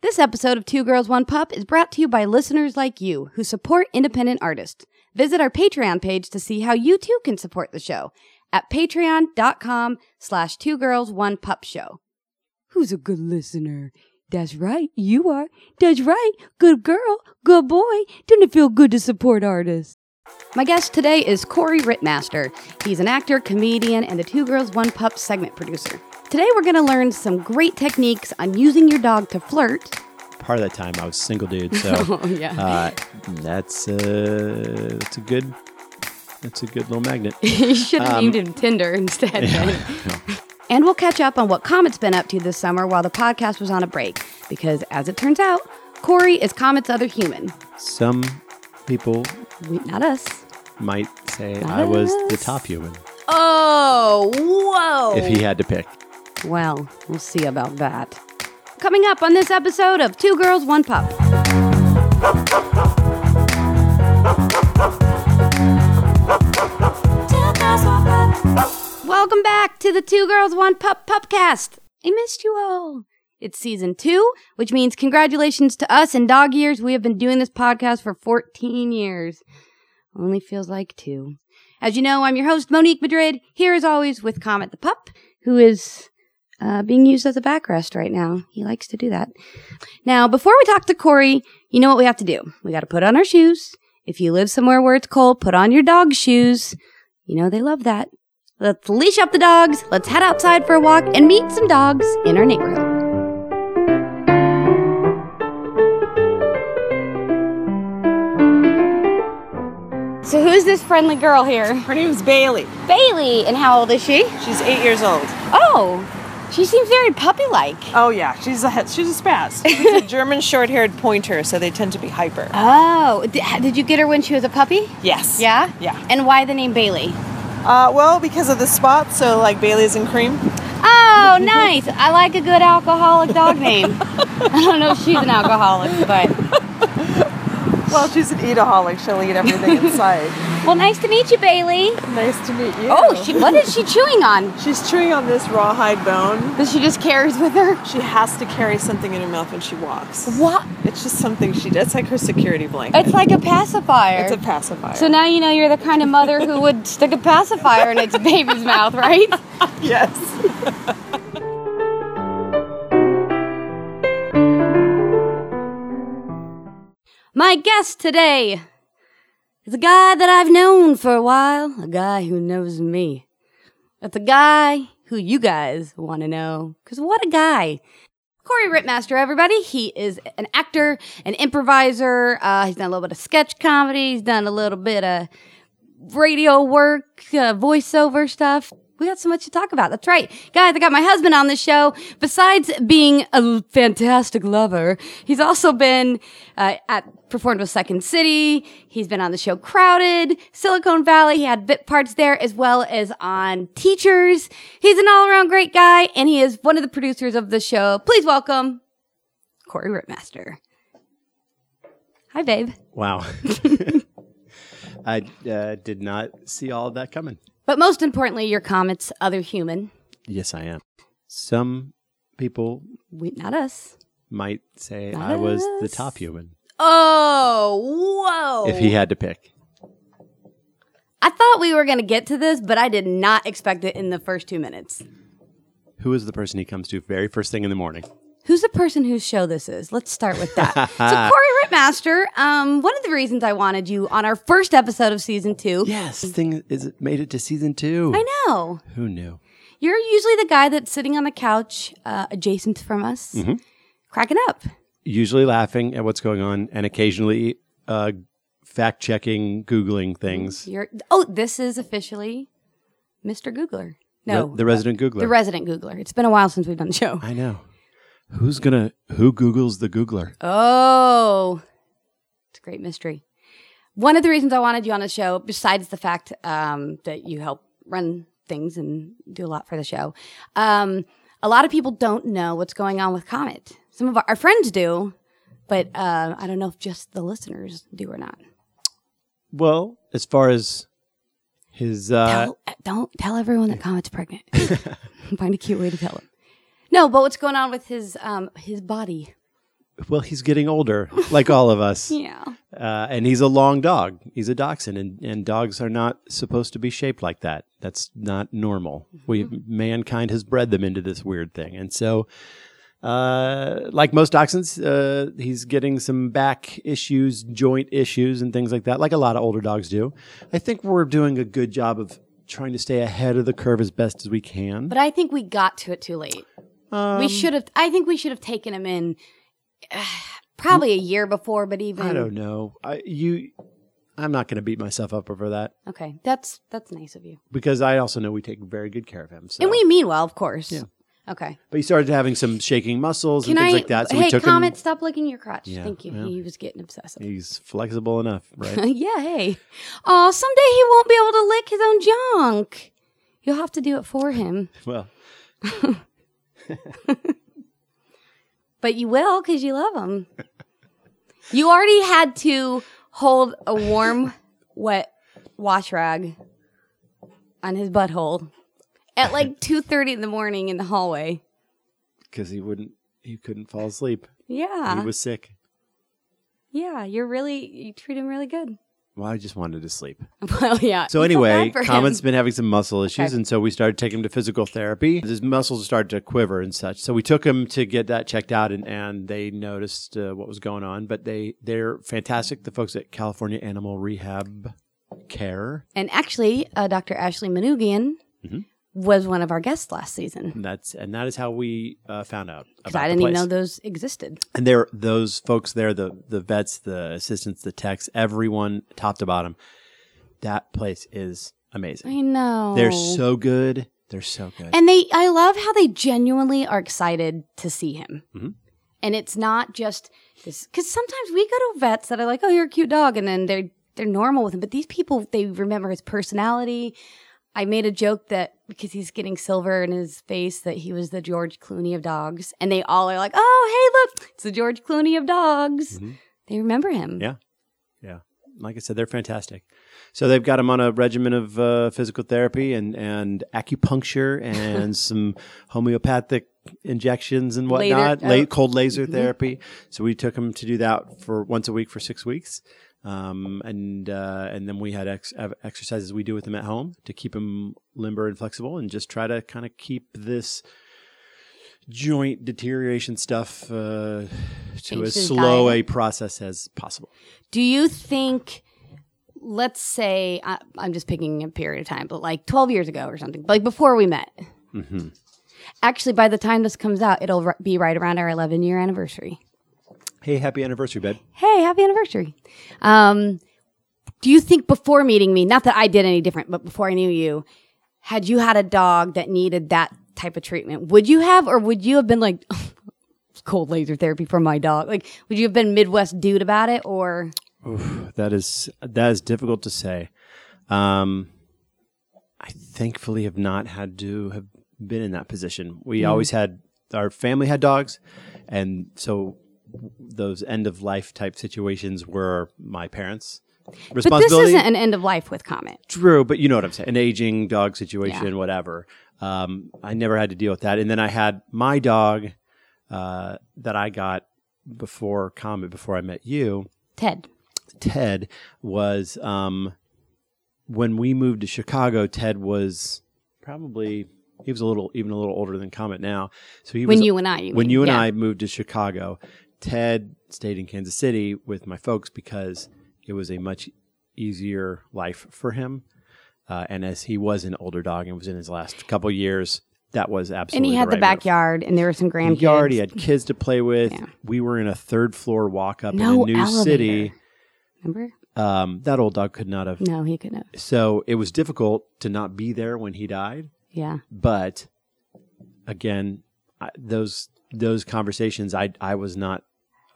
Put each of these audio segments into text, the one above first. This episode of Two Girls One Pup is brought to you by listeners like you who support independent artists. Visit our Patreon page to see how you too can support the show at patreon.com slash two girls one pup show. Who's a good listener? That's right, you are. That's right, good girl, good boy. Doesn't it feel good to support artists? My guest today is Corey Rittmaster. He's an actor, comedian, and the Two Girls One Pup segment producer. Today we're going to learn some great techniques on using your dog to flirt. part of that time I was single, dude. So yeah. uh, that's uh, that's a good that's a good little magnet. you should have um, named him Tinder instead. then. and we'll catch up on what Comet's been up to this summer while the podcast was on a break, because as it turns out, Corey is Comet's other human. Some people We, not us. might say I was the top human Oh, whoa. if he had to pick. Well, we'll see about that. Coming up on this episode of Two Girls, One Pup. Welcome back to the Two Girls, One Pup Pupcast. I missed you all. It's season two, which means congratulations to us and dog years. We have been doing this podcast for 14 years. Only feels like two. As you know, I'm your host, Monique Madrid, here as always with Comet the Pup, who is uh, being used as a backrest right now. He likes to do that. Now, before we talk to Corey, you know what we have to do? We got to put on our shoes. If you live somewhere where it's cold, put on your dog's shoes. You know, they love that. Let's leash up the dogs. Let's head outside for a walk and meet some dogs in our neighborhood. So, who's this friendly girl here? Her name's Bailey. Bailey. And how old is she? She's eight years old. Oh, she seems very puppy like. Oh yeah, she's a she's a spaz. She's a German short-haired pointer, so they tend to be hyper. Oh, did, did you get her when she was a puppy? Yes. Yeah? Uh, Yeah. And why the name Bailey? Uh, well, because of the spot, so like Bailey's and cream. Oh, nice. I like a good alcoholic dog name. I don't know if she's an alcoholic, but. Well, she's an eataholic. She'll eat everything inside. Well, nice to meet you, Bailey. nice to meet you. Oh, she, what is she chewing on? She's chewing on this rawhide bone. That she just carries with her? She has to carry something in her mouth when she walks. What? It's just something she does. It's like her security blanket. It's like a pacifier. It's a pacifier. so now you know you're the kind of mother who would stick a pacifier in its baby's mouth, right? yes. My guest today is a guy that I've known for a while, a guy who knows me. That's a guy who you guys want to know, because what a guy. Corey Rittmaster, everybody. He is an actor, an improviser. Uh, he's done a little bit of sketch comedy. He's done a little bit of radio work, uh, voiceover stuff. We got so much to talk about. That's right. Guys, I got my husband on the show. Besides being a fantastic lover, he's also been uh, at performed with Second City. He's been on the show Crowded, Silicon Valley. He had bit parts there as well as on Teachers. He's an all around great guy and he is one of the producers of the show. Please welcome Corey Rittmaster. Hi, babe. Wow. I uh, did not see all of that coming. But most importantly, your comments, other human. Yes, I am. Some people We, not us. might say I was the top human Oh, whoa. if he had to pick. I thought we were going to get to this, but I did not expect it in the first two minutes. Who is the person he comes to very first thing in the morning? Who's the person whose show this is? Let's start with that. so, Corey Rittmaster, um, one of the reasons I wanted you on our first episode of season two. Yes, thing is it made it to season two. I know. Who knew? You're usually the guy that's sitting on the couch uh, adjacent from us, Mm-hmm. cracking up. usually laughing at what's going on and occasionally uh, fact checking, Googling things. You're Oh, this is officially Mr. Googler. No, Re- the resident Googler. the resident Googler. It's been a while since we've done the show. I know. Who's gonna? Who Googles the Googler? Oh, it's a great mystery. One of the reasons I wanted you on the show, besides the fact um, that you help run things and do a lot for the show, um, a lot of people don't know what's going on with Comet. Some of our, our friends do, but uh, I don't know if just the listeners do or not. Well, as far as his, uh, Tell- uh, don't tell everyone that Comet's pregnant. Find a cute way to tell them. No, but what's going on with his um, his body? well, he's getting older, like all of us. Yeah. Uh, and he's a long dog. He's a dachshund, and, and dogs are not supposed to be shaped like that. That's not normal. We Mm-hmm. mankind has bred them into this weird thing, and so, uh, like most dachshunds, uh, he's getting some back issues, joint issues, and things like that, like a lot of older dogs do. I think we're doing a good job of trying to stay ahead of the curve as best as we can. Um, But I think we got to it too late. we should have. I think we should have taken him in uh, probably a year before, but even I don't know. I, you, I'm not going to beat myself up over that okay. That's that's nice of you, because I also know we take very good care of him. So. and we mean well, of course. Okay. But he started having some shaking muscles Can and things I? like that. So hey, we took Comet, him. stop licking your crotch. Yeah, Thank you. yeah. He was getting obsessive. He's flexible enough, right? yeah. Hey. Oh, someday he won't be able to lick his own junk. You'll have to do it for him, well, but you will because you love him. you already had to hold a warm, wet wash rag on his butthole at like two thirty in the morning in the hallway. because he wouldn't, he couldn't fall asleep. Yeah. He was sick. Yeah, you're really you treat him really good. Well, I just wanted to sleep. Well, yeah. So you feel anyway, bad for him. Comet's been having some muscle issues, Okay. and so we started taking him to physical therapy. His muscles started to quiver and such. So we took him to get that checked out, and, and they noticed uh, what was going on. But they they're fantastic. The folks at California Animal Rehab Care. and actually, uh, Dr. Ashley Manugian Mhm. was one of our guests last season And that's and that is how we uh, found out because about I the didn't even place. know those existed. and there those folks there the the vets the assistants the techs everyone top to bottom that place is amazing I know they're so good they're so good and they. I love how they genuinely are excited to see him, Mhm. and it's not just this because sometimes we go to vets that are like, "Oh, you're a cute dog," and then they're they're normal with him, but these people they remember his personality. I made a joke that because he's getting silver in his face that he was the George Clooney of dogs, and they all are like, "Oh, hey, look, it's the George Clooney of dogs." Mhm. They remember him. Yeah. like i said they're fantastic so they've got him on a regimen of uh, physical therapy and and acupuncture and some homeopathic injections and Later- whatnot la- oh. cold laser Mhm. therapy so we took him to do that for once a week for six weeks um, and uh, and then we had ex- ev- exercises we do with him at home to keep him limber and flexible and just try to kind of keep this joint deterioration stuff uh, to Change as his slow diet. a process as possible Do you think, let's say, I, I'm just picking a period of time, but like 12 years ago or something, like before we met? hmm Actually, by the time this comes out, it'll r- be right around our 11 year anniversary. hey happy anniversary babe Hey, happy anniversary. Um, do you think before meeting me, not that I did any different, but before I knew you, had you had a dog that needed that type of treatment, would you have, or would you have been like, cold laser therapy for my dog? Like, would you have been Midwest dude about it, or? Oof, that is that is difficult to say. Um, I thankfully have not had to have been in that position. We Mm. always had our family had dogs, and so those end of life type situations were my parents' But this responsibility. isn't an end of life with Comet. True, but you know what I'm saying. An aging dog situation, whatever. Um, I never had to deal with that. And then I had my dog uh, that I got before Comet, before I met you. Ted. Ted was um, when we moved to Chicago. Ted was probably he was a little even a little older than Comet now. So he when was you and I. You when mean. you and Yeah. I moved to Chicago, Ted stayed in Kansas City with my folks because it was a much easier life for him. Uh, and as he was an older dog and was in his last couple years, that was And absolutely he had the right move. backyard, and there were some grandkids. yard. He had kids to play with. Yeah. We were in a third floor walk up No in a new city. elevator. Remember? Um, that old dog could not have. No, he couldn't. have. So it was difficult to not be there when he died. Yeah. But again, I, those those conversations I I was not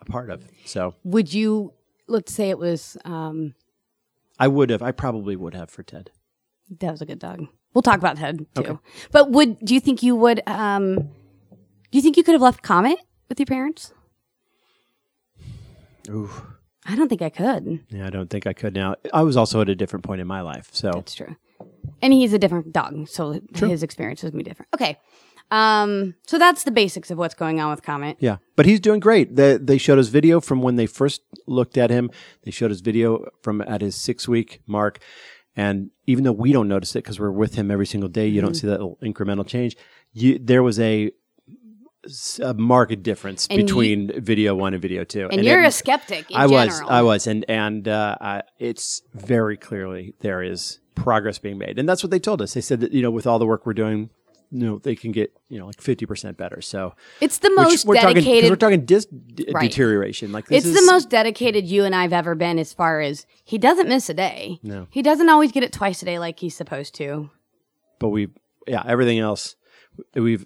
a part of. So Would you? Let's say it was. Um, I would have. I probably would have for Ted. that was a good dog. We'll talk about Ted too. Okay. But would do you think you would? Um, do you think you could have left Comet with your parents? Ooh. I don't think I could. Yeah, I don't think I could now. I was also at a different point in my life. So That's true. and he's a different dog, so his experience is gonna be different. Okay, um, so that's the basics of what's going on with Comet. Yeah, but he's doing great. They, they showed us video from when they first looked at him. They showed us video from at his six week mark, and even though we don't notice it because we're with him every single day, you Mm-hmm. don't see that little incremental change. You, there was a, s- a marked difference And you- between video one and video two. And, you're it- a skeptic. In I general. was, I was, and and uh, I, it's very clearly there is progress being made, and that's what they told us. They said that you know with all the work we're doing, you know they can get you know like fifty percent better. So It's the which most we're talking- 'cause dedicated. we're talking dis- d- Right. deterioration. Like this it's is- the most dedicated you and I've ever been as far as he doesn't miss a day. No. He doesn't always get it twice a day like he's supposed to. But we, yeah, everything else, we've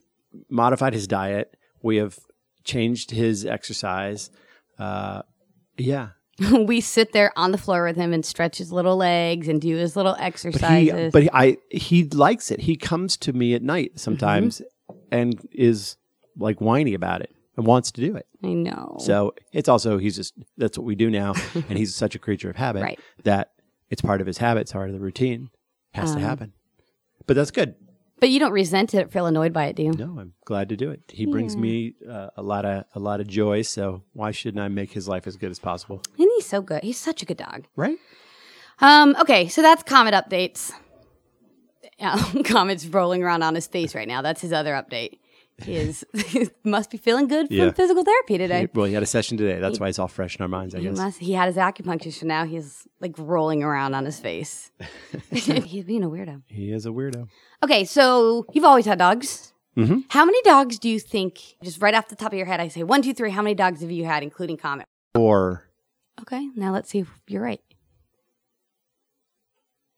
modified his diet. We have changed his exercise. Uh, yeah, we sit there on the floor with him and stretch his little legs and do his little but he, uh, exercises. but he, I, he likes it. He comes to me at night sometimes Mm-hmm. and is like whiny about it and wants to do it. I know. So it's also he's just that's what we do now, and he's such a creature of habit Right. that it's part of his habit, it's part of the routine, has Um, to happen. But that's good. but you don't resent it, feel annoyed by it, do you? No, I'm glad to do it. He brings Yeah. me uh, a lot of a lot of joy, so why shouldn't I make his life as good as possible? And he's so good. He's such a good dog. Right? Um, okay, so that's Comet updates. Yeah, Comet's rolling around on his face right now. That's his other update. He is must be feeling good from Yeah. physical therapy today. well, he had a session today. That's why it's all fresh in our minds, I He guess. must. He had his acupuncture, so now he's like rolling around on his face. he's being a weirdo. He is a weirdo. Okay, so you've always had dogs. Mhm. How many dogs do you think? Just right off the top of your head, I say one, two, three. How many dogs have you had, including Comet? Or Okay, now let's see if you're right.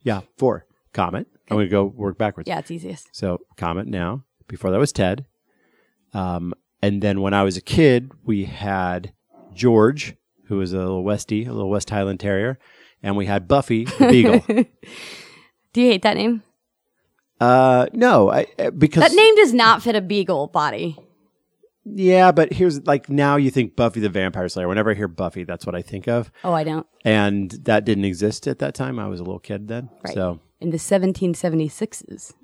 yeah, four. Comet. I'm gonna go work backwards. Yeah, it's easiest. So Comet now. Before that was Ted. Um, and then when I was a kid, we had George, who was a little Westie, a little West Highland Terrier, and we had Buffy, the beagle. Do you hate that name? uh, no, I, uh, because That name does not fit a beagle body. yeah, but here's like now you think Buffy the Vampire Slayer. Whenever I hear Buffy, that's what I think of, Oh, I don't. and that didn't exist at that time. I was a little kid then, Right. so In the 1776s.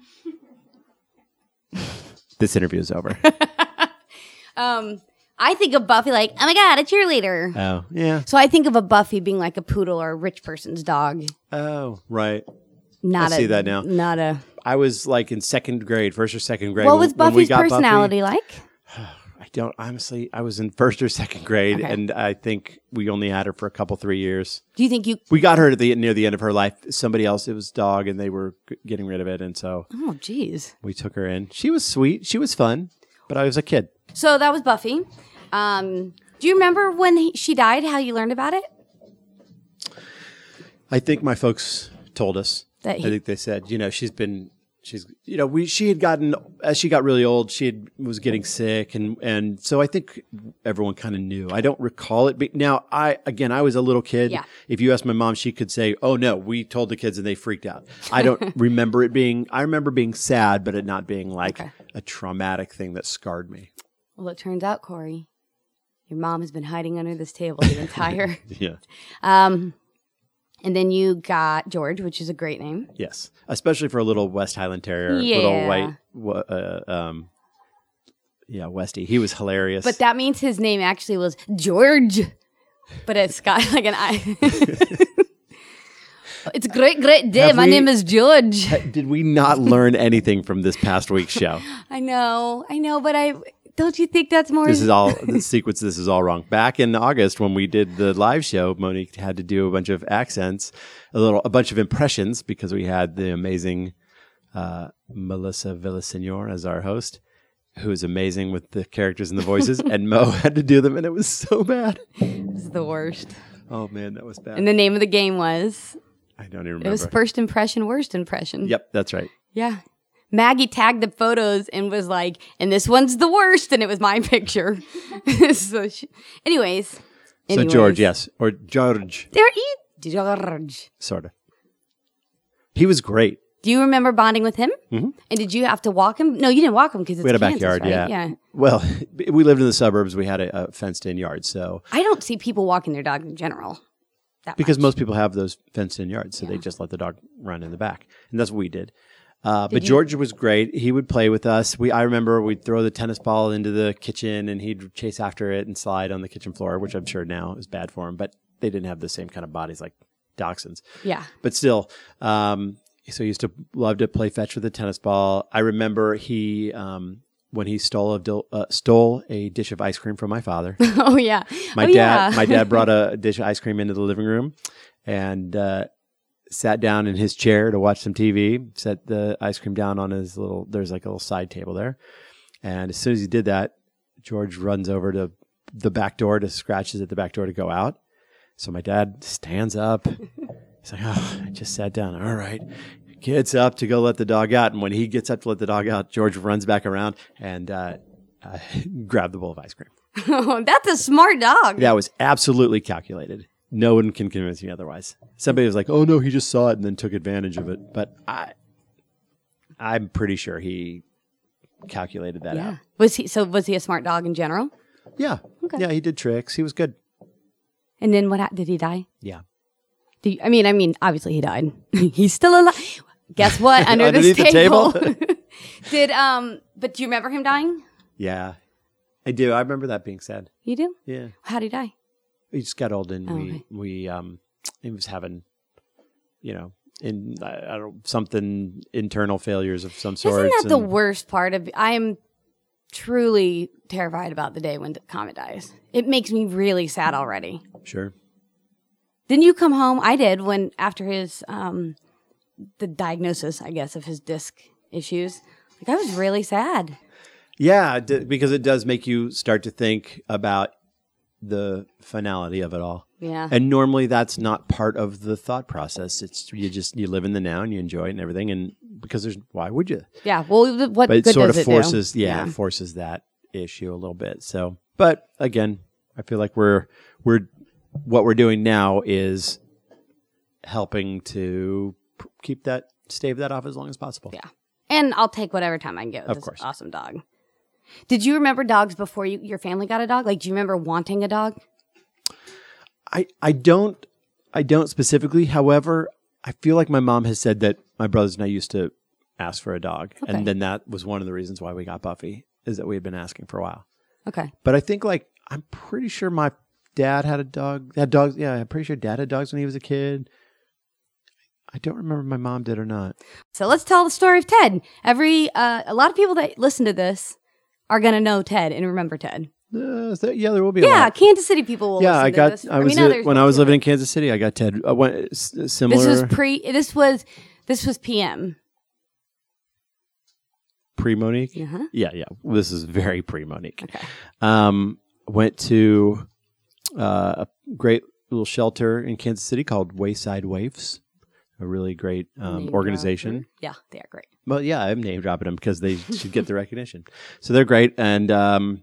this interview is over. Um, I think of Buffy like, oh my God, a cheerleader. oh yeah. so I think of a Buffy being like a poodle or a rich person's dog. Oh right. Not I a, see that now. Not a. I was like in second grade, first or second grade. What when- was when we Buffy's got Buffy. personality like? I don't honestly. I was in first or second grade, Okay. and I think we only had her for a couple, three years. Do you think you? We got her to the near the end of her life. Somebody else, it was dog, and they were g- getting rid of it, and so Oh, jeez. we took her in. She was sweet. She was fun, but I was a kid. So that was Buffy. Um, do you remember when he, she died? How you learned about it? I think my folks told us. That he- I think they said, you know, she's been, she's, you know, we she had gotten as she got really old, she had, was getting sick, and and so I think everyone kind of knew. I don't recall it. Be- now, I again, I was a little kid. Yeah. If you ask my mom, she could say, "Oh no, we told the kids and they freaked out." I don't remember it being. I remember being sad, but it not being like Okay. a traumatic thing that scarred me. Well, it turns out, Corey, your mom has been hiding under this table the entire. Yeah. um, and then you got George, which is a great name. Yes, especially for a little West Highland Terrier, Yeah. little white, wa- uh, um, yeah, Westie. He was hilarious. But that means his name actually was George, but it's got like an I. it's a great, great day. Have My we- name is George. did we not learn anything from this past week's show? I know, I know, but I don't you think that's more? This is all the sequence. This is all wrong. Back in August, when we did the live show, Monique had to do a bunch of accents, a little, a bunch of impressions because we had the amazing uh, Melissa Villasenor as our host, who is amazing with the characters and the voices, and Mo had to do them, and it was so bad. It's the worst. Oh man, that was bad. And the name of the game was I don't even remember. it was first impression, worst impression. Yep, that's right. Yeah. Maggie tagged the photos and was like, and this one's the worst, and it was my picture. so, she, anyways, So anyways. George, yes, or George, There you, George. sort of. He was great. Do you remember bonding with him? Mm-hmm. And did you have to walk him? No, you didn't walk him because it's We had a Kansas, backyard, right? yeah. Well, we lived in the suburbs. We had a, a fenced-in yard, so I don't see people walking their dog in general. that because much. most people have those fenced in yards, so they just let the dog run in the back, and that's what we did. Uh, but George was great. He would play with us. We I remember we'd throw the tennis ball into the kitchen, and he'd chase after it and slide on the kitchen floor, which I'm sure now is bad for him. But they didn't have the same kind of bodies like dachshunds yeah. but still um so he used to love to play fetch with a tennis ball i remember he um when he stole a dil- uh, stole a dish of ice cream from my father Oh yeah. my oh, dad Yeah. my dad brought a dish of ice cream into the living room and uh sat down in his chair to watch some tv set the ice cream down on his little there's like a little side table there and as soon as he did that george runs over to the back door to scratches at the back door to go out so my dad stands up he's like oh i just sat down all right gets up to go let the dog out and when he gets up to let the dog out george runs back around and uh, uh, grabbed the bowl of ice cream Oh, that's a smart dog. that was absolutely calculated. No one can convince me otherwise. Somebody was like, "Oh no, he just saw it and then took advantage of it." But I, I'm pretty sure he calculated that Yeah. out. Was he so? Was he a smart dog in general? Yeah, Okay. yeah, he did tricks. He was good. And then what? hap- Did he die? Yeah, Do you, I mean, I mean, obviously he died. He's still alive. Guess what? Under this Underneath the table. table? Did um? But do you remember him dying? yeah, I do. I remember that being said. You do? Yeah, How did he die? he just got old and Oh, we okay. we um, he was having, you know, in I, I don't something internal failures of some sort. Isn't that the and- worst part of? I am truly terrified about the day when the comet dies. It makes me really sad already. Sure. Didn't you come home? I did when after his um, the diagnosis, I guess, of his disc issues. Like I was really sad. Yeah, d- because it does make you start to think about the finality of it all. Yeah. And normally that's not part of the thought process. It's you just you live in the now and you enjoy it and everything. And because there's why would you? yeah. Well, th- what But it good sort does of it do? forces, yeah, it forces that issue a little bit. So, but again, I feel like we're we're what we're doing now is helping to p- keep that stave that off as long as possible. Yeah. And I'll take whatever time I can get with Of this course. awesome dog. Did you remember dogs before you, your family got a dog? Like, do you remember wanting a dog? I I don't I don't specifically. However, I feel like my mom has said that my brothers and I used to ask for a dog, Okay. and then that was one of the reasons why we got Buffy is that we had been asking for a while. Okay. But I think like I'm pretty sure my dad had a dog. Had dogs. Yeah, I'm pretty sure dad had dogs when he was a kid. I don't remember if my mom did or not. So let's tell the story of Ted. Every uh, a lot of people that listen to this are gonna know Ted and remember Ted. Uh, so- yeah, there will be. A Yeah, lot. Kansas City people will. Yeah, listen I to got. This. I was mean, uh, others when will I was too, living in Kansas City. I got Ted. I went s- but similar This was pre. This was this was PM. pre Monique. Uh-huh. Yeah, yeah. This is very pre Monique. Um, went to uh, a great little shelter in Kansas City called Wayside Waifs, a really great um, Name organization. dropper. Yeah, they are great. Well, yeah, I'm name dropping them because they should get the recognition. So they're great, and um,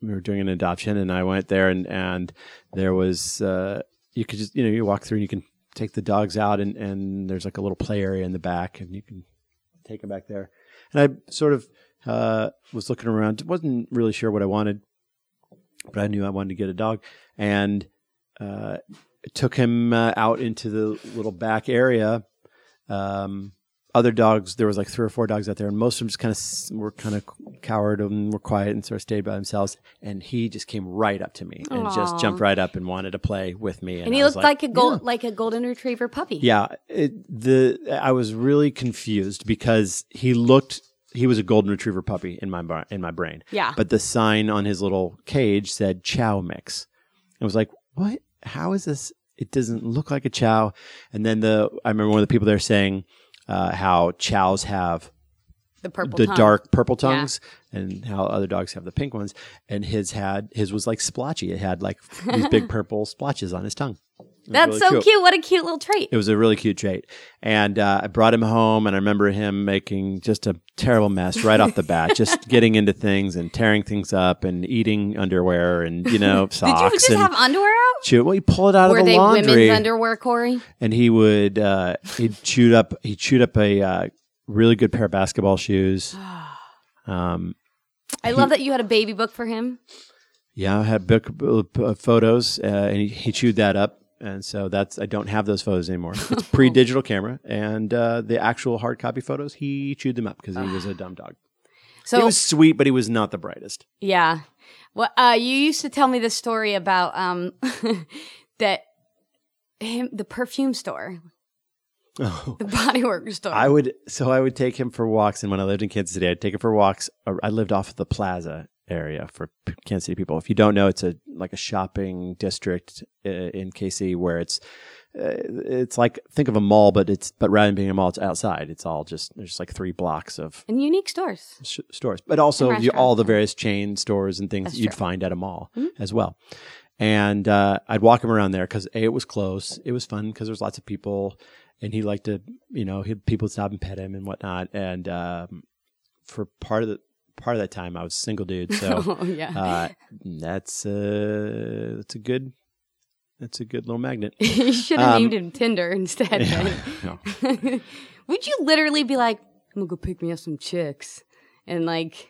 we were doing an adoption, and I went there, and and there was uh, you could just you know you walk through and you can take the dogs out, and and there's like a little play area in the back, and you can take them back there. And I sort of uh, was looking around, wasn't really sure what I wanted, but I knew I wanted to get a dog, and uh, took him uh, out into the little back area. Um, other dogs, there was like three or four dogs out there, and most of them just kind of were kind of cowered and were quiet and sort of stayed by themselves. And he just came right up to me and just Aw. jumped right up and wanted to play with me. And, And he I was looked like, a gold "Yeah." like a golden retriever puppy. Yeah, it, the I was really confused because he looked he was a golden retriever puppy in my bar, in my brain. Yeah. But the sign on his little cage said chow mix. I was like, "What? How is this? It doesn't look like a chow." And then the I remember one of the people there saying uh, how chows have the purple. the tongue. dark purple tongues and how other dogs have the pink ones and his had his was like splotchy. It had like these big purple splotches on his tongue. It was That's so really cute. What a cute little trait. it was a really cute trait. And uh, I brought him home, and I remember him making just a terrible mess right off the bat, just getting into things and tearing things up and eating underwear and, you know, Did socks. you just and have underwear out? chew- well, he pulled it out Were of the they laundry, women's underwear, Corey? and he would uh, he chewed up he chewed up a uh, really good pair of basketball shoes. Um, I love that you had a baby book for him. yeah, I had book uh, p- uh, photos, uh, and he, he chewed that up. And so that's I don't have those photos anymore. It's pre-digital camera, and uh, the actual hard copy photos he chewed them up because he was a dumb dog. he So was sweet, but he was not the brightest. yeah, what uh, you used to tell me this story about um that him the perfume store, Oh. the bodywork store. I would so I would take him for walks, and when I lived in Kansas City, I'd take him for walks. uh, I lived off of the Plaza area for p- Kansas City people. If you don't know, it's a like a shopping district uh, in KC where it's uh, it's like think of a mall, but it's but rather than being a mall, it's outside. It's all just there's like three blocks of and unique stores. sh- stores, but also And you, all the restaurants. various chain stores and things That's that you'd true. find at a mall Mhm. as well. And uh, I'd walk him around there because a it was close, it was fun because there's lots of people, and he liked to you know he people would stop and pet him and whatnot. And um, for part of the part of that time, I was a single dude, so oh yeah. uh, that's uh, that's a good that's a good little magnet. you should have Um, named him Tinder instead. No. then. Would you literally be like, I'm gonna go pick me up some chicks and like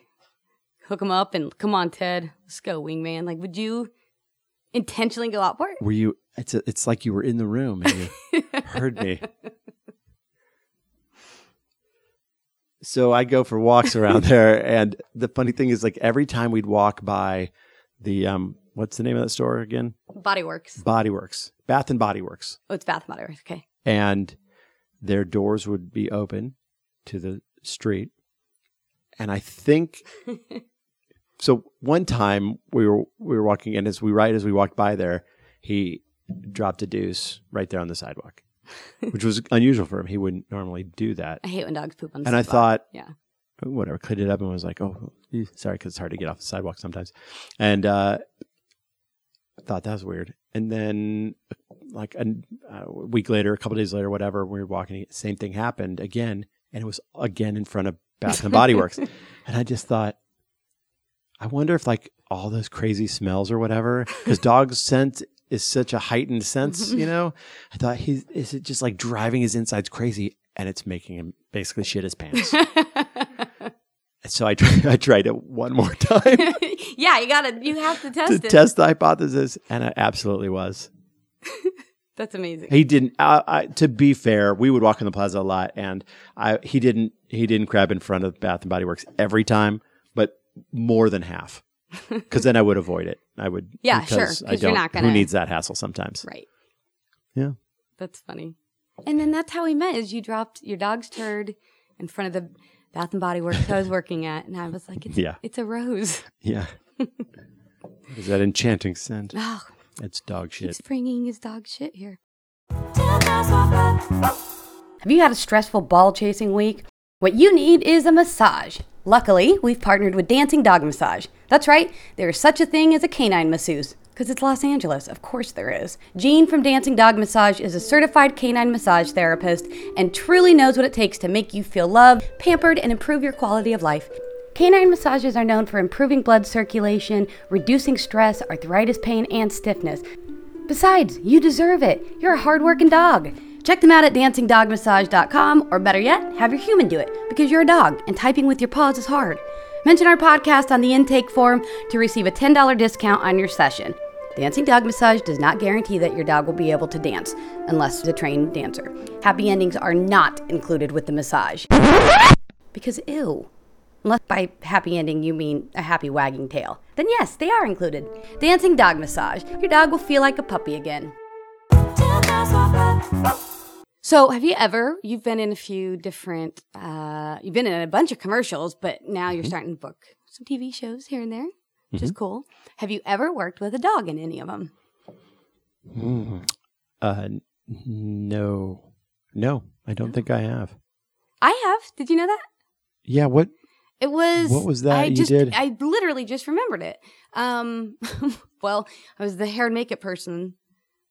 hook them up and come on, Ted, let's go, wingman? Like, would you intentionally go out for it? Were you? It's a, it's like you were in the room and you heard me. So I go for walks around there, and the funny thing is, like every time we'd walk by the um, what's the name of that store again? Body Works. Body Works, Bath and Body Works, Oh, it's Bath and Body Works. Okay. and their doors would be open to the street, and I think so one time we were we were walking and as we right as we walked by there he dropped a deuce right there on the sidewalk which was unusual for him he wouldn't normally do that I hate when dogs poop on the and i sidewalk. thought Yeah. oh, whatever cleaned it up and was like oh eh, sorry because it's hard to get off the sidewalk sometimes and uh I thought that was weird and then like a, a uh, week later a couple days later whatever we were walking same thing happened again and it was again in front of bath and body works and I just thought, I wonder if like all those crazy smells or whatever, because dog scent is such a heightened Mm-hmm. sense, you know. I thought he's is it just like driving his insides crazy, and it's making him basically shit his pants. so I tried, I tried it one more time yeah, you gotta, you have to test to it. test the hypothesis, and I absolutely was. That's amazing. He didn't. I, I, to be fair, we would walk in the plaza a lot, and I he didn't he didn't crab in front of Bath and Body Works every time, but more than half. Because then I would avoid it. I would. Yeah, sure, because 'cause you're not gonna- Who needs that hassle sometimes? Right. Yeah. That's funny. And then that's how we met is you dropped your dog's turd in front of the Bath and Body Works I was working at and I was like, It's Yeah. it's a rose. Yeah. What Is that enchanting scent? Oh, It's dog shit. he's bringing his dog shit here. Have Have you had a stressful ball chasing week? What you need is a massage. Luckily, we've partnered with Dancing Dog Massage. That's right, there is such a thing as a canine masseuse. Because it's Los Angeles, of course there is. Jean from Dancing Dog Massage is a certified canine massage therapist and truly knows what it takes to make you feel loved, pampered, and improve your quality of life. Canine massages are known for improving blood circulation, reducing stress, arthritis pain, and stiffness. Besides, you deserve it. You're a hardworking dog. Check them out at dancingdogmassage.com, or better yet, have your human do it because you're a dog and typing with your paws is hard. Mention our podcast on the intake form to receive a $10 discount on your session. Dancing Dog Massage does not guarantee that your dog will be able to dance unless it's a trained dancer. Happy endings are not included with the massage. Because ew. Unless by happy ending you mean a happy wagging tail. Then yes, they are included. Dancing dog massage. Your dog will feel like a puppy again. So, have you ever you've been in a few different uh you've been in a bunch of commercials, but now you're starting to book some TV shows here and there, which is cool. Have you ever worked with a dog in any of them? Uh, n- no, no, I don't think I have. I have. Did you know that? Yeah. What? It was What was that I you just, did? I literally just remembered it. Um, well, I was the hair and makeup person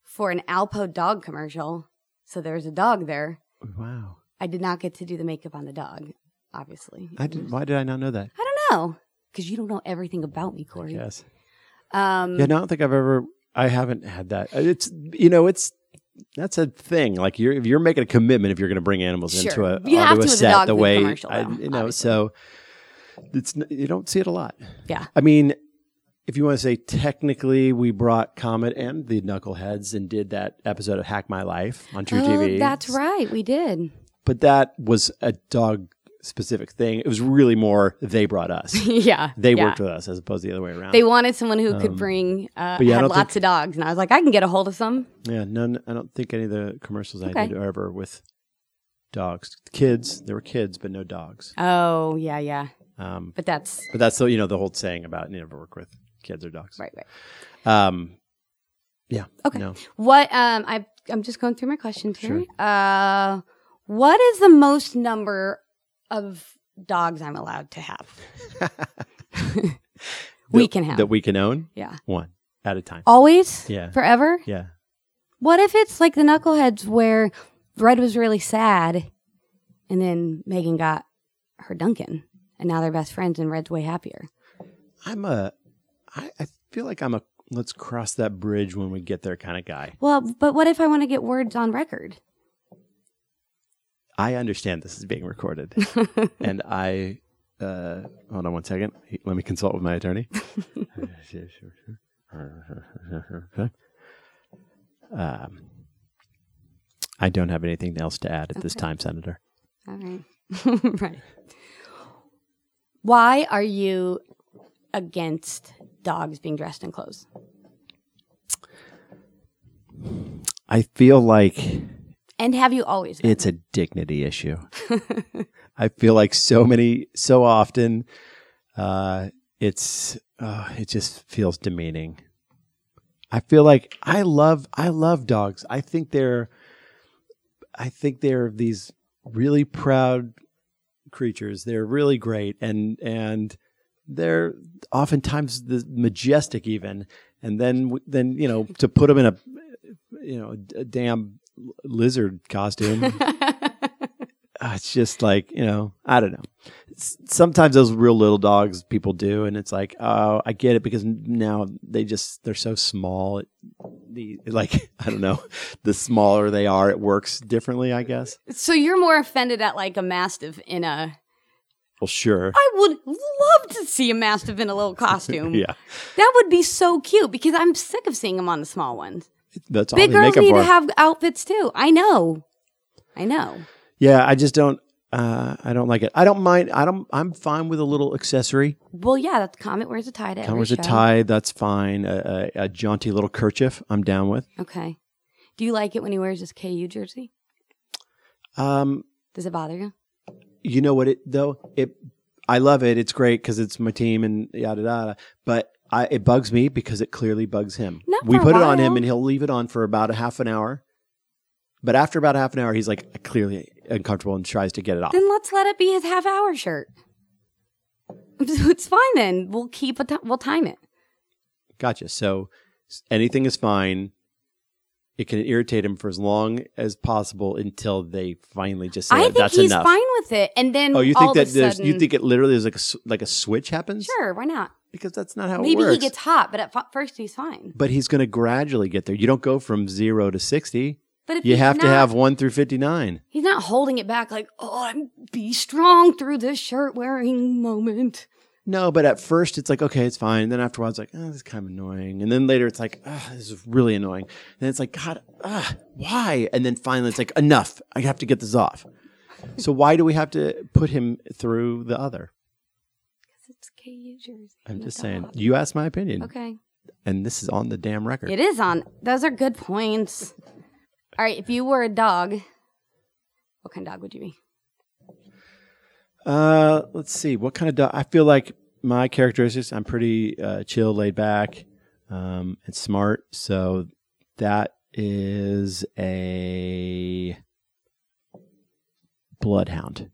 for an Alpo dog commercial, so there was a dog there. Wow. I did not get to do the makeup on the dog, obviously. I didn't. Why did I not know that? I don't know because you don't know everything about me, Corey. Yes. Um, Yeah, no, I don't think I've ever. I haven't had that. Uh, It's you know, it's that's a thing. Like you're if you're making a commitment if you're going to bring animals Sure. into a You have to onto a with a set dog the food way commercial, I, though, you know. obviously. So it's n- you don't see it a lot. Yeah. I mean, if you want to say technically, we brought Comet and the Knuckleheads and did that episode of Hack My Life on True TV. Oh, That's right, we did. But that was a dog specific thing. It was really more they brought us. yeah, They yeah. worked with us as opposed to the other way around. Um, They wanted someone who could bring uh, but yeah, I had don't lots of dogs, and I was like, I can get a hold of some. yeah, none. I don't think any of the commercials I Okay. did are ever with dogs. Kids, there were kids, but no dogs. Oh yeah, yeah. Um, But that's but that's the you know the whole saying about never work with kids or dogs. right, right. Um, yeah. Okay. No. What um I I'm just going through my questions here. Uh, what is the most number of dogs I'm allowed to have? we That- can have. that we can own yeah. Oh, one at a time. Always? Yeah. Forever? Yeah. What if it's like the Knuckleheads where Red was really sad and then Megan got her Duncan and now they're best friends and Red's way happier? I'm a. I, I feel like I'm a. Let's cross that bridge when we get there, kind of guy. Well, but what if I want to get words on record? I understand this is being recorded, and I. Uh, hold on one second. Let me consult with my attorney. um, I don't have anything else to add at this time, Senator. All right. right. Why are you against dogs being dressed in clothes? I feel like And have you always been? It's a dignity issue. I feel like so many, so often, uh, it's uh, it just feels demeaning. I feel like I love I love dogs. I think they're I think they're these really proud creatures. They're really great and and they're oftentimes the majestic even and then w- then you know to put them in a you know a damn lizard costume uh, it's just like you know i don't know S- sometimes those real little dogs people do and it's like oh i get it because n- now they just they're so small it, the like i don't know the smaller they are it works differently i guess so you're more offended at like a mastiff in a. well sure I would love to see a mastiff in a little costume. yeah That would be so cute because I'm sick of seeing them on the small ones. that's all Big they make girls 'em need to for. have outfits too. I know. I know. yeah i just don't uh, I don't like it. I don't mind. I don't. I'm fine with a little accessory. Well, yeah, that's Comet wears a tie to Kind every of wears a show. tie. That's fine. A, a, a jaunty little kerchief. I'm down with. Okay. Do you like it when he wears his KU jersey? Um, Does it bother you? you know what it though it i love it it's great because it's my team and yada yada but I, it bugs me because it clearly bugs him Not we for a put it on him while. and he'll leave it on for about a half an hour but after about half an hour he's like clearly uncomfortable and tries to get it off Then let's let it be his half hour shirt. It's fine then. We'll keep a t- we'll time it. gotcha so s- anything is fine it can irritate him for as long as possible until they finally just say I think that's he's enough fine with it. And then oh you all think that of a there's sudden, you think it literally is like a, s- like a switch happens sure why not? because that's not how it Maybe works he gets hot, but at f- first he's fine. but he's going to gradually get there. You don't go from zero to 60. But if You he's have to not- have one through 59. He's not holding it back like oh I'm be strong through this shirt wearing moment. No, but at first it's like, okay, it's fine. And then afterwards, like, oh, this is kind of annoying. And then later it's like, oh, this is really annoying. And then it's like, God, ah, why? And then finally it's like, enough. I have to get this off. So why do we have to put him through the other? It's KU jersey. I'm and a just saying, dog. you asked my opinion. Okay. And this is on the damn record. It is on. Those are good points. All right, if you were a dog, what kind of dog would you be? Uh, let's see. What kind of dog? I feel like my characteristics. I'm pretty uh, chill, laid back, um, and smart. So that is a bloodhound.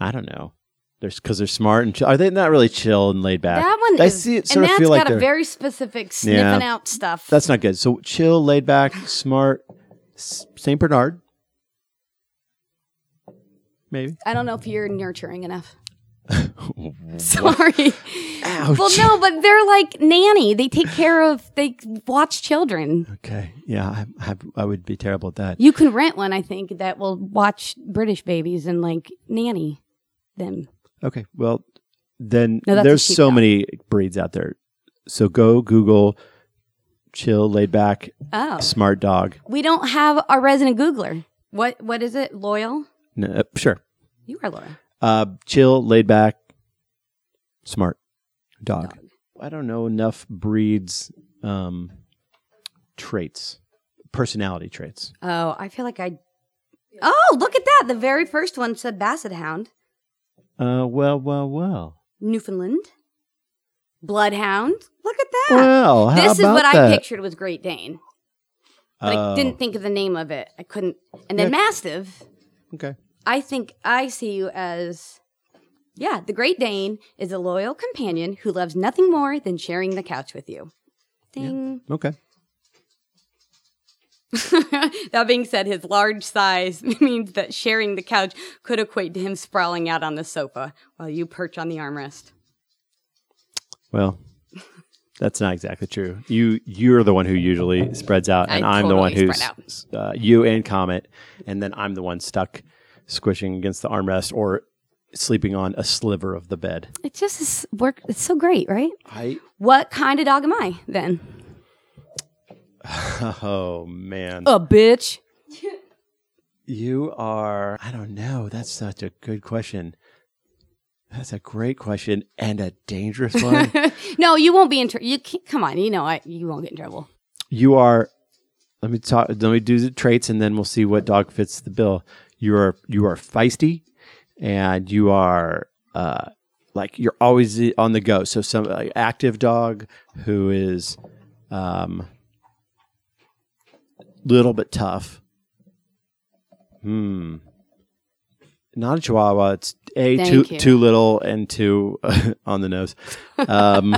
I don't know. There's because they're smart and chill. Are they not really chill and laid back? That one I is, see it sort and of that's feel like got a they're- very specific sniffing out stuff. that's not good. So chill, laid back, smart. S- Saint Bernard, maybe. I don't know if you're nurturing enough. What? Oh, Sorry. Ouch. Well, no, but they're like nanny. They take care of. They watch children. Okay. Yeah, I, I, have- I would be terrible at that. You can rent one, I think, that will watch British babies and like nanny them. Okay. Well, then No, that's a there's sheep so dog. many breeds out there. So go Google chill, laid back, Oh, smart dog. we don't have our resident Googler. What what is it? Loyal? No, uh, sure. You are loyal. Uh, chill, laid back, smart dog. Dog. I don't know enough breeds, um, traits, personality traits. Oh, I feel like I. Oh, look at that! The very first one said Basset Hound, Uh, well, well, well. Newfoundland, Bloodhound. Look at that! Well, how Ah, this is about what that? I pictured was Great Dane, but I Oh, didn't think of the name of it. I couldn't. And then Yeah. Mastiff. Okay. I think I see you as. Yeah, the Great Dane is a loyal companion who loves nothing more than sharing the couch with you. Ding. Okay. that being said, his large size means that sharing the couch could equate to him sprawling out on the sofa while you perch on the armrest. Well, that's not exactly true. You you're the one who usually spreads out, and I I'm the totally one who's spread out. s- uh, you and Comet, and then I'm the one stuck squishing against the armrest or sleeping on a sliver of the bed. It just is work. It's so great, right? I What kind of dog am I then? oh man, A bitch. you are. I don't know. That's such a good question. That's a great question and a dangerous one. no, you won't be in trouble. You can't, come on, you know I, you won't get in trouble. you are let me talk let me do the traits and then we'll see what dog fits the bill you are you are feisty and you are uh like you're always on the go so some like, active dog who is um little bit tough hmm not a chihuahua it's a Thank too you. too little and too on the nose um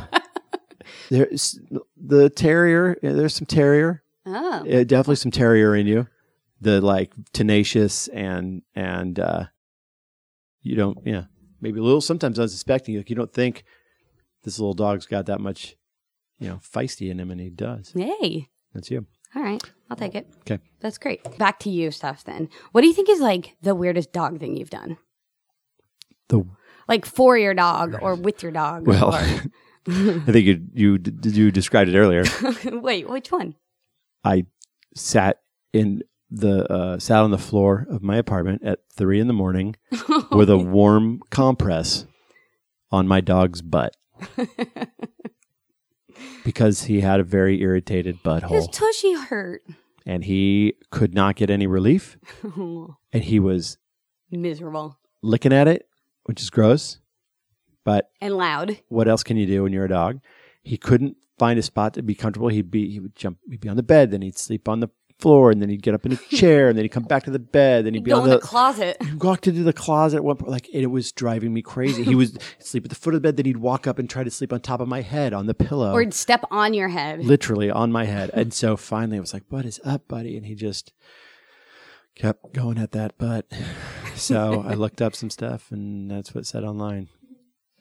there's the terrier yeah, there's some terrier Oh, yeah, Uh, definitely some terrier in you the like tenacious and and uh you don't yeah maybe a little sometimes unsuspecting like you don't think this little dog's got that much you know feisty in him and he does hey, that's you all right, I'll take it. 'Kay. that's great. Back to you, stuff. Then, what do you think is like the weirdest dog thing you've done? the Like for your dog or with your dog? well or- i think you you d- you described it earlier Wait, which one? I sat in the uh, sat on the floor of my apartment at three in the morning with a warm compress on my dog's butt because he had a very irritated His butthole tushy hurt. and he could not get any relief and he was Miserable licking at it, which is gross. But and loud. what else can you do when you're a dog? He couldn't find a spot to be comfortable. He'd be he would jump. He'd be on the bed, then he'd sleep on the floor, and then he'd get up in a chair, and then he'd come back to the bed, then he'd be Go on in the. the closet. he walked into the closet at one point, like it was driving me crazy. He was sleep at the foot of the bed, then he'd walk up and try to sleep on top of my head on the pillow, Or step on your head. literally on my head. And so finally, I was like, "What is up, buddy?" And he just kept going at that butt. So I looked up some stuff, and that's what it said online.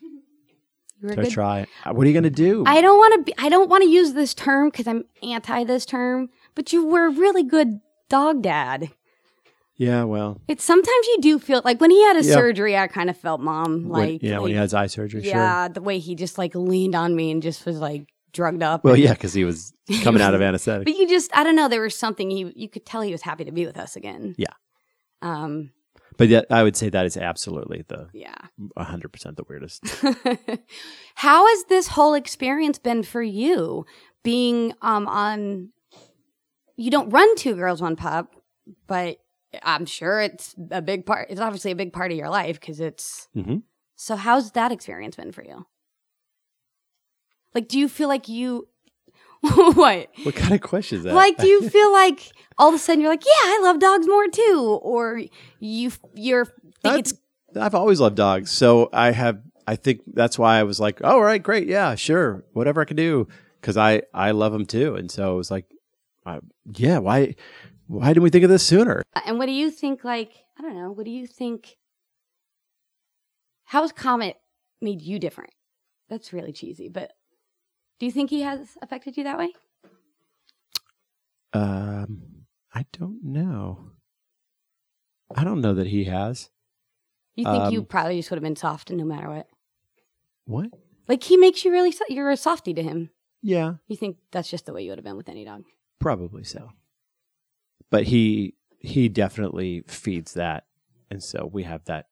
You were So I good. try. it. What are you gonna do? I don't want to be. I don't want to use this term because I'm anti this term. But you were a really good dog dad. yeah, well, It's sometimes you do feel like when he had a Yeah. surgery, I kind of felt mom when- like yeah, when he like, has eye surgery, sure. yeah the way he just like leaned on me and just was like drugged up. Well, and- yeah, because he was coming out of anesthetic. But you just I don't know. There was something he you could tell he was happy to be with us again. Yeah. Um. But yeah, I would say that is absolutely the Yeah. 100 percent the weirdest. How has this whole experience been for you? Being um on, you don't run two girls one pub, but I'm sure it's a big part. It's obviously a big part of your life because it's. Mhm. So how's that experience been for you? Like, do you feel like you? what? What kind of question is that? Like, do you feel like all of a sudden you're like, yeah, I love dogs more too, or you you're think I've, it's I've always loved dogs, so I have. I think that's why I was like, "Oh, "All right, great, yeah, sure, whatever I can do," because I I love them too, and so it was like, I, "Yeah, why why didn't we think of this sooner?" Uh, And what do you think? Like, I don't know. What do you think? How's Comet made you different? That's really cheesy, but do you think he has affected you that way? Um, I don't know. I don't know that he has You think you Um, probably just would have been soft no matter what. what. Like he makes you really, so- you're a softy to him. Yeah, You think that's just the way you would have been with any dog? probably so. But he he definitely feeds that, and so we have that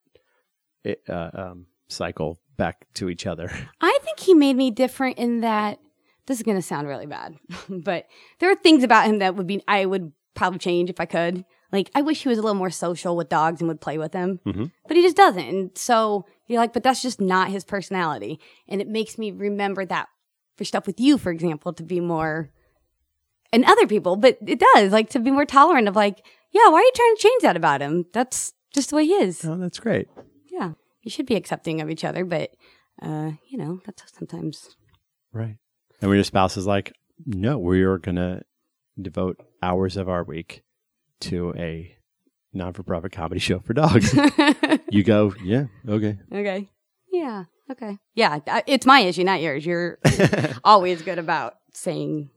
it, uh, um, cycle back to each other. I think he made me different in that this is going to sound really bad, but there are things about him that would be I would probably change if I could. Like I wish he was a little more social with dogs and would play with them, Mhm. but he just doesn't. And so you're like, but that's just not his personality, and it makes me remember that for stuff with you, for example, to be more and other people, but it does like to be more tolerant of like, yeah, why are you trying to change that about him? That's just the way he is oh, that's great. yeah, you should be accepting of each other, but uh, you know, that's how sometimes. Right. And when your spouse is like, no, we are going to devote hours of our week to a non for profit comedy show for dogs, you go, yeah, okay. okay. Yeah. Okay. Yeah, I- it's my issue, not yours. You're always good about saying,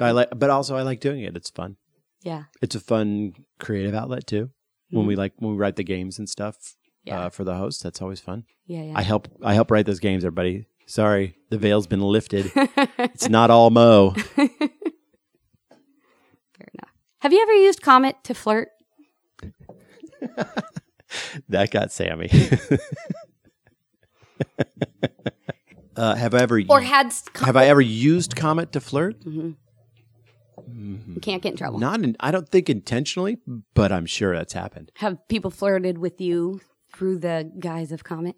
I like, but also I like doing it. It's fun. yeah, It's a fun creative outlet too. When we like, when we write the games and stuff Mm-hmm. Yeah. uh, for the host, that's always fun. yeah, yeah. I help, I help write those games, everybody. Sorry, the veil's been lifted. it's not all Mo. Fair enough. Have you ever used Comet to flirt? That got Sammy. uh, have I ever Or had. s- Com- Have I ever used Comet to flirt? Mm. you can't get in trouble. Not, in, I don't think intentionally, but I'm sure that's happened. Have people flirted with you through the guise of Comet?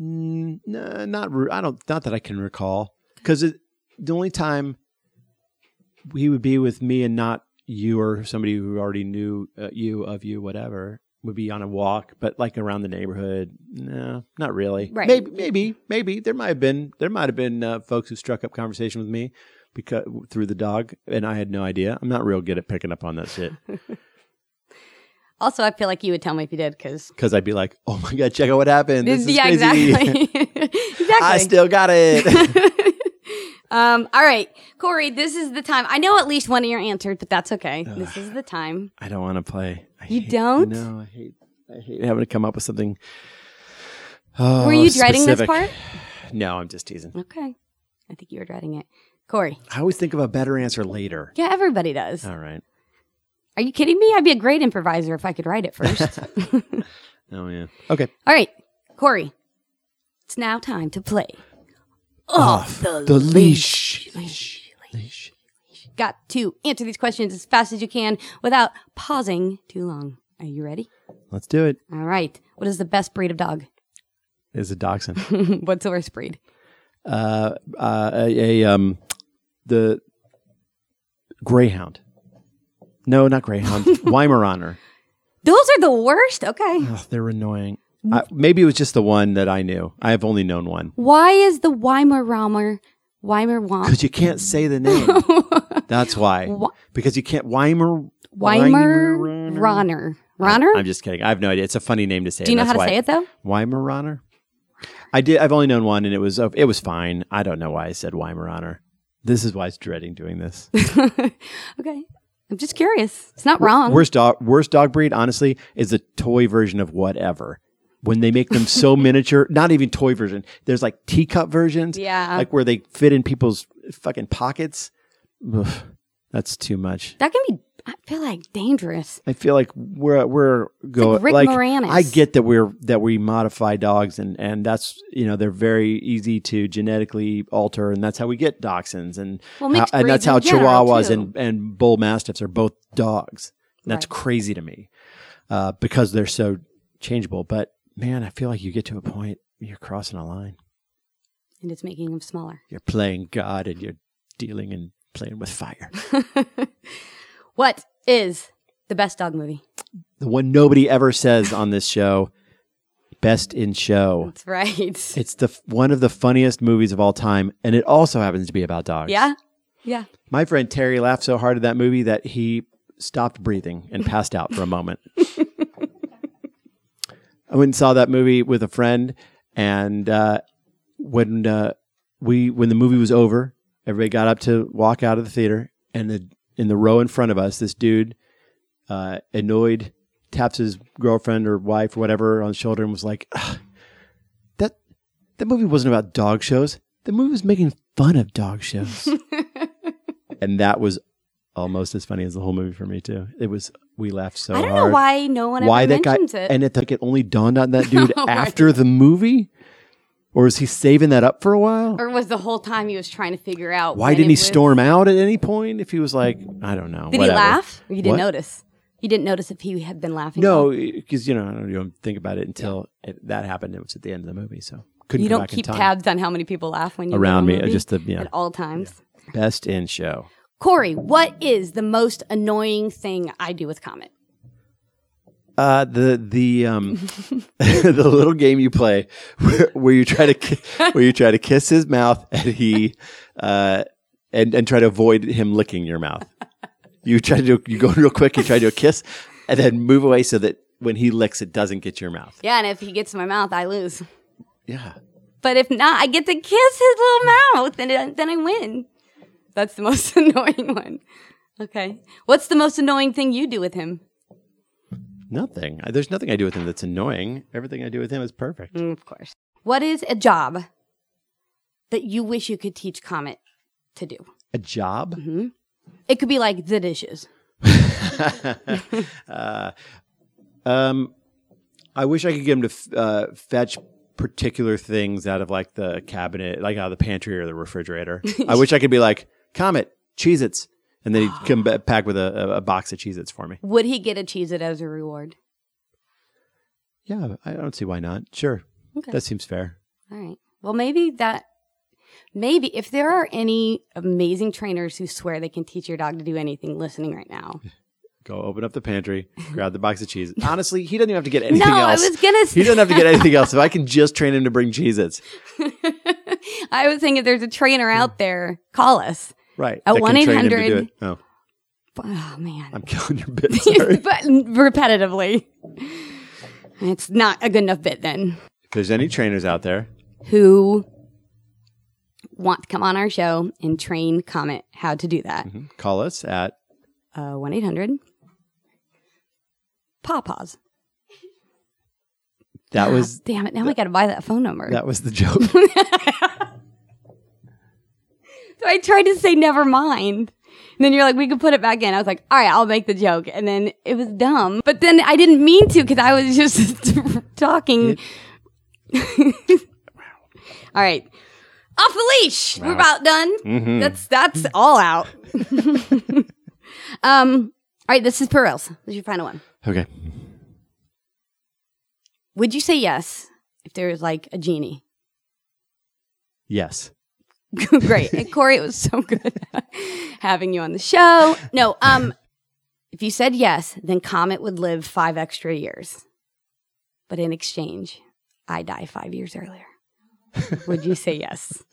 Mm, no, not re- I don't. Not that I can recall, because the only time he would be with me and not you or somebody who already knew uh, you of you, whatever, would be on a walk, but like around the neighborhood. No, not really. Right. Maybe, maybe, maybe there might have been there might have been uh, folks who struck up conversation with me because through the dog, and I had no idea. I'm not real good at picking up on that shit. Also, I feel like you would tell me if you did, because. because I'd be like, "Oh my god, check out what happened! This is yeah, crazy. exactly. exactly. I still got it." um, all right, Corey, this is the time. I know at least one of your answers, but that's okay. This is the time. I don't want to play. I You hate- don't? No, I hate. I hate having to come up with something. Oh, Were you dreading specific. this part? No, I'm just teasing. Okay. I think you were dreading it. Corey. I always think of a better answer later. Yeah, everybody does. All right. Are you kidding me? I'd be a great improviser if I could write it first. Oh yeah. Okay. all right, Corey. It's now time to play. Off, the, leash. leash. Leash. Got to answer these questions as fast as you can without pausing too long. Are you ready? Let's do it. All right. What is the best breed of dog? Is a dachshund. What's the worst breed? uh, uh, a, a um, the greyhound. No, not greyhound. Weimaraner. Those are the worst. Okay. Oh, they're annoying. Mm. I, maybe it was just the one that I knew. I have only known one. Why is the Weimar Romer Weimar Womp? Because you can't say the name. That's why. Wh- because you can't. Weimer. Weimar Weimaraner? Ronner. Ronner? I'm just kidding. I have no idea. It's a funny name to say. Do you know how to say it though? Weimaraner. I did. I've only known one, and it was uh, it was fine. I don't know why I said Weimaraner. This is why it's dreading doing this. okay. I'm just curious. It's not wrong. worst dog worst dog breed, honestly, is the toy version of whatever. When they make them so miniature, not even toy version. There's like teacup versions. Yeah. Like where they fit in people's fucking pockets. Ugh, that's too much. that can be I feel like dangerous. I feel like we're we're going Rick Moranis. I get that we're that we modify dogs and and that's you know they're very easy to genetically alter and that's how we get dachshunds and Well, mixed and that's breeds in how general, chihuahuas too. and and bull mastiffs are both dogs. And that's Right. crazy to me uh, because they're so changeable. But man, I feel like you get to a point you're crossing a line. And it's making them smaller. You're playing God and you're dealing and playing with fire. What is the best dog movie? the one nobody ever says on this show, best in show. That's right. It's the f- one of the funniest movies of all time, and it also happens to be about dogs. Yeah? Yeah. my friend Terry laughed so hard at that movie that he stopped breathing and passed out for a moment. I went and saw that movie with a friend, and uh, when uh, we when the movie was over, everybody got up to walk out of the theater, and the, in the row in front of us, this dude uh, annoyed taps his girlfriend or wife or whatever on the shoulder and was like, "Ugh, "That That movie wasn't about dog shows. The movie was making fun of dog shows. and that was almost as funny as the whole movie for me too. It was we laughed so I don't know hard. why no one ever Why that guy mentions it. and it like it only dawned on that dude Right. after the movie? Or is he saving that up for a while? or was the whole time he was trying to figure out Why when didn't it he was- storm out at any point if he was like, I don't know. Did whatever. he laugh? You didn't What? notice. You didn't notice if he had been laughing. at all. No, because you know, I don't, you don't think about it until it, that happened. It was at the end of the movie, so couldn't you go don't back in keep time. tabs on how many people laugh when you around leave me. a uh, movie Just the yeah, at all times. best in show. Corey, what is the most annoying thing I do with Comet? Uh, the the um the little game you play where, where you try to ki- where you try to kiss his mouth and he uh and and try to avoid him licking your mouth. You try to do, you go real quick. You try to do a kiss and then move away so that when he licks, it doesn't get your mouth. Yeah, and if he gets in my mouth, I lose. Yeah, But if not, I get to kiss his little mouth, and then- then I win. That's the most annoying one. Okay, what's the most annoying thing you do with him? nothing. I- There's nothing I do with him that's annoying. Everything I do with him is perfect. Mm, of course. What is a job that you wish you could teach Comet to do? A job. It could be like the dishes. uh, um, I wish I could get him to f- uh, fetch particular things out of like the cabinet, like out of the pantry or the refrigerator. I wish I could be like, Comet, Cheez Its. And then he'd come ba- back with a, a, a box of Cheez Its for me. Would he get a cheese it as a reward? Yeah, I don't see why not. Sure. Okay. That seems fair. All right. Well, maybe that. Maybe if there are any amazing trainers who swear they can teach your dog to do anything, listening right now. Go open up the pantry, grab the box of cheese. Honestly, he doesn't even have to get anything no, else. I was gonna. He Say, doesn't have to get anything else. If I can just train him to bring Cheez Its. I was thinking if there's a trainer Hmm. out there, call us. Right. At that can train him to 1-800 do it. Oh, Oh man, I'm killing your bit. Sorry. but repetitively, it's not a good enough bit then. If there's any trainers out there, Who want to come on our show and train Comet how to do that? Uh, call us at Mm-hmm. One eight hundred. Pawpaws. that was damn it. Now we got to buy that phone number. that was the joke. so I tried to say never mind. And then you're like, we could put it back in. I was like, all right, I'll make the joke. And then it was dumb. But then I didn't mean to because I was just talking. all right. Off the leash. We're about done. Mm-hmm. That's that's all out. um, all right, this is Perils. This is your final one. okay. Would you say yes if there was like a genie? Yes. great. And Corey, it was so good having you on the show. No, um, if you said yes, then Comet would live five extra years. But in exchange, I die five years earlier. Would you say yes?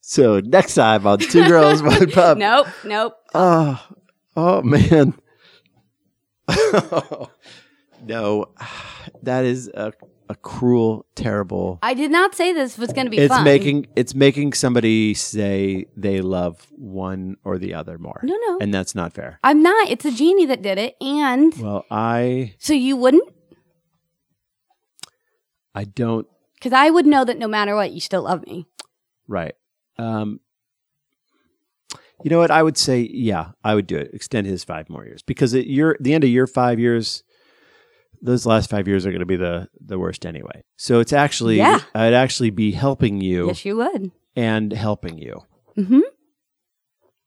So next time on Two Girls One Pup. Nope, nope. Oh, oh man. no, that is a, a cruel, terrible. I did not say this was going to be It's fun. making it's making somebody say they love one or the other more. No, no. and that's not fair. I'm not. It's a genie that did it, and Well, I so you wouldn't, I don't because I would know that no matter what, you still love me. Right. Um, you know what? I would say, yeah, I would do it. Extend his five more years because at your the end of your five years, those last five years are going to be the the worst anyway. So it's actually, Yeah. I'd actually be helping you Yes, you would. and helping you. hmm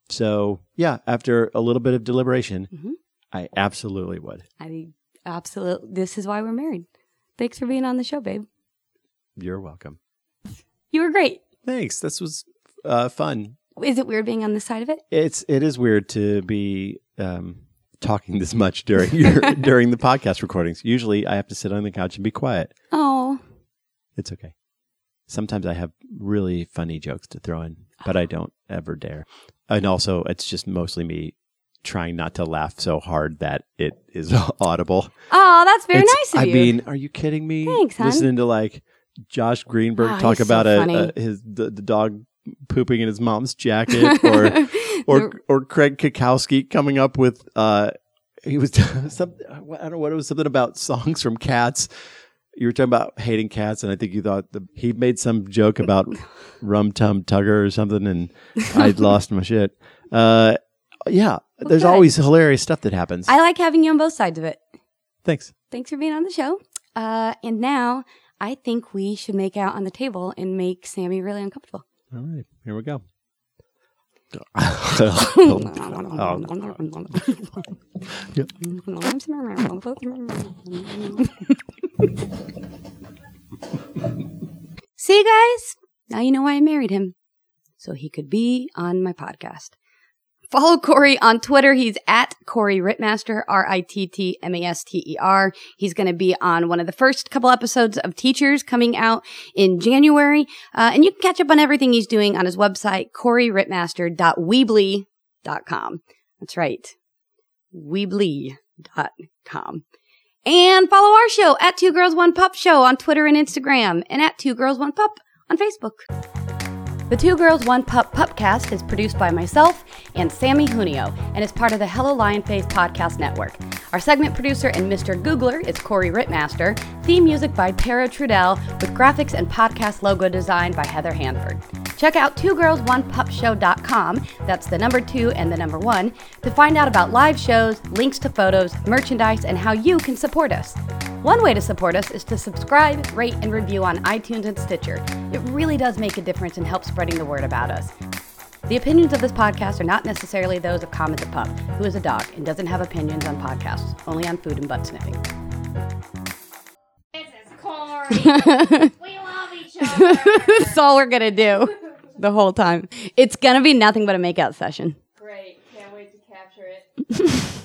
So yeah, after a little bit of deliberation, Mhm. I absolutely would. I absolutely. This is why we're married. Thanks for being on the show, babe. You're welcome. You were great. Thanks. This was uh, fun. Is it weird being on this side of it? It's it is weird to be um, talking this much during your during the podcast recordings. Usually, I have to sit on the couch and be quiet. Oh, It's okay. Sometimes I have really funny jokes to throw in, but Uh-huh. I don't ever dare. And also, it's just mostly me trying not to laugh so hard that it is audible. oh, that's very nice It's- of I you. mean, are you kidding me? Thanks, hon. Listening to like Josh Greenberg Oh, talk he's so about a, funny. a his the, the dog pooping in his mom's jacket or or or Craig Kakowski coming up with uh, he was some I don't know what it was something about songs from cats. You were talking about hating cats, and I think you thought the, he made some joke about Rum Tum Tugger or something, and I'd lost my shit. Uh, yeah, there's good. always hilarious stuff that happens. I like having you on both sides of it. Thanks. Thanks for being on the show. Uh, and now I think we should make out on the table and make Sammy really uncomfortable. All right, here we go. See, you guys, now you know why I married him. So he could be on my podcast. Follow Corey on Twitter. He's at Corey Rittmaster, R I T T M A S T E R. He's going to be on one of the first couple episodes of Teachers coming out in January. Uh, and you can catch up on everything he's doing on his website, CoreyRittmaster.weebly.com. That's right, weebly.com. And follow our show at Two Girls One Pup Show on Twitter and Instagram, and at Two Girls One Pup on Facebook. The Two Girls One Pup Pupcast is produced by myself and Sammy Junio and is part of the Hello Lion Face podcast network. Our segment producer and Mr. Googler is Corey Rittmaster, theme music by Tara Trudell, with graphics and podcast logo design by Heather Hanford. Check out Two Girls One Pup Show.com, that's the number two and the number one, to find out about live shows, links to photos, merchandise, and how you can support us. One way to support us is to subscribe, rate, and review on iTunes and Stitcher. It really does make a difference and help spreading the word about us. The opinions of this podcast are not necessarily those of Comet the Pup, who is a dog and doesn't have opinions on podcasts, only on food and butt sniffing. This is Corey. we love each other. That's all we're gonna do the whole time. It's gonna be nothing but a makeout session. Great. Can't wait to capture it.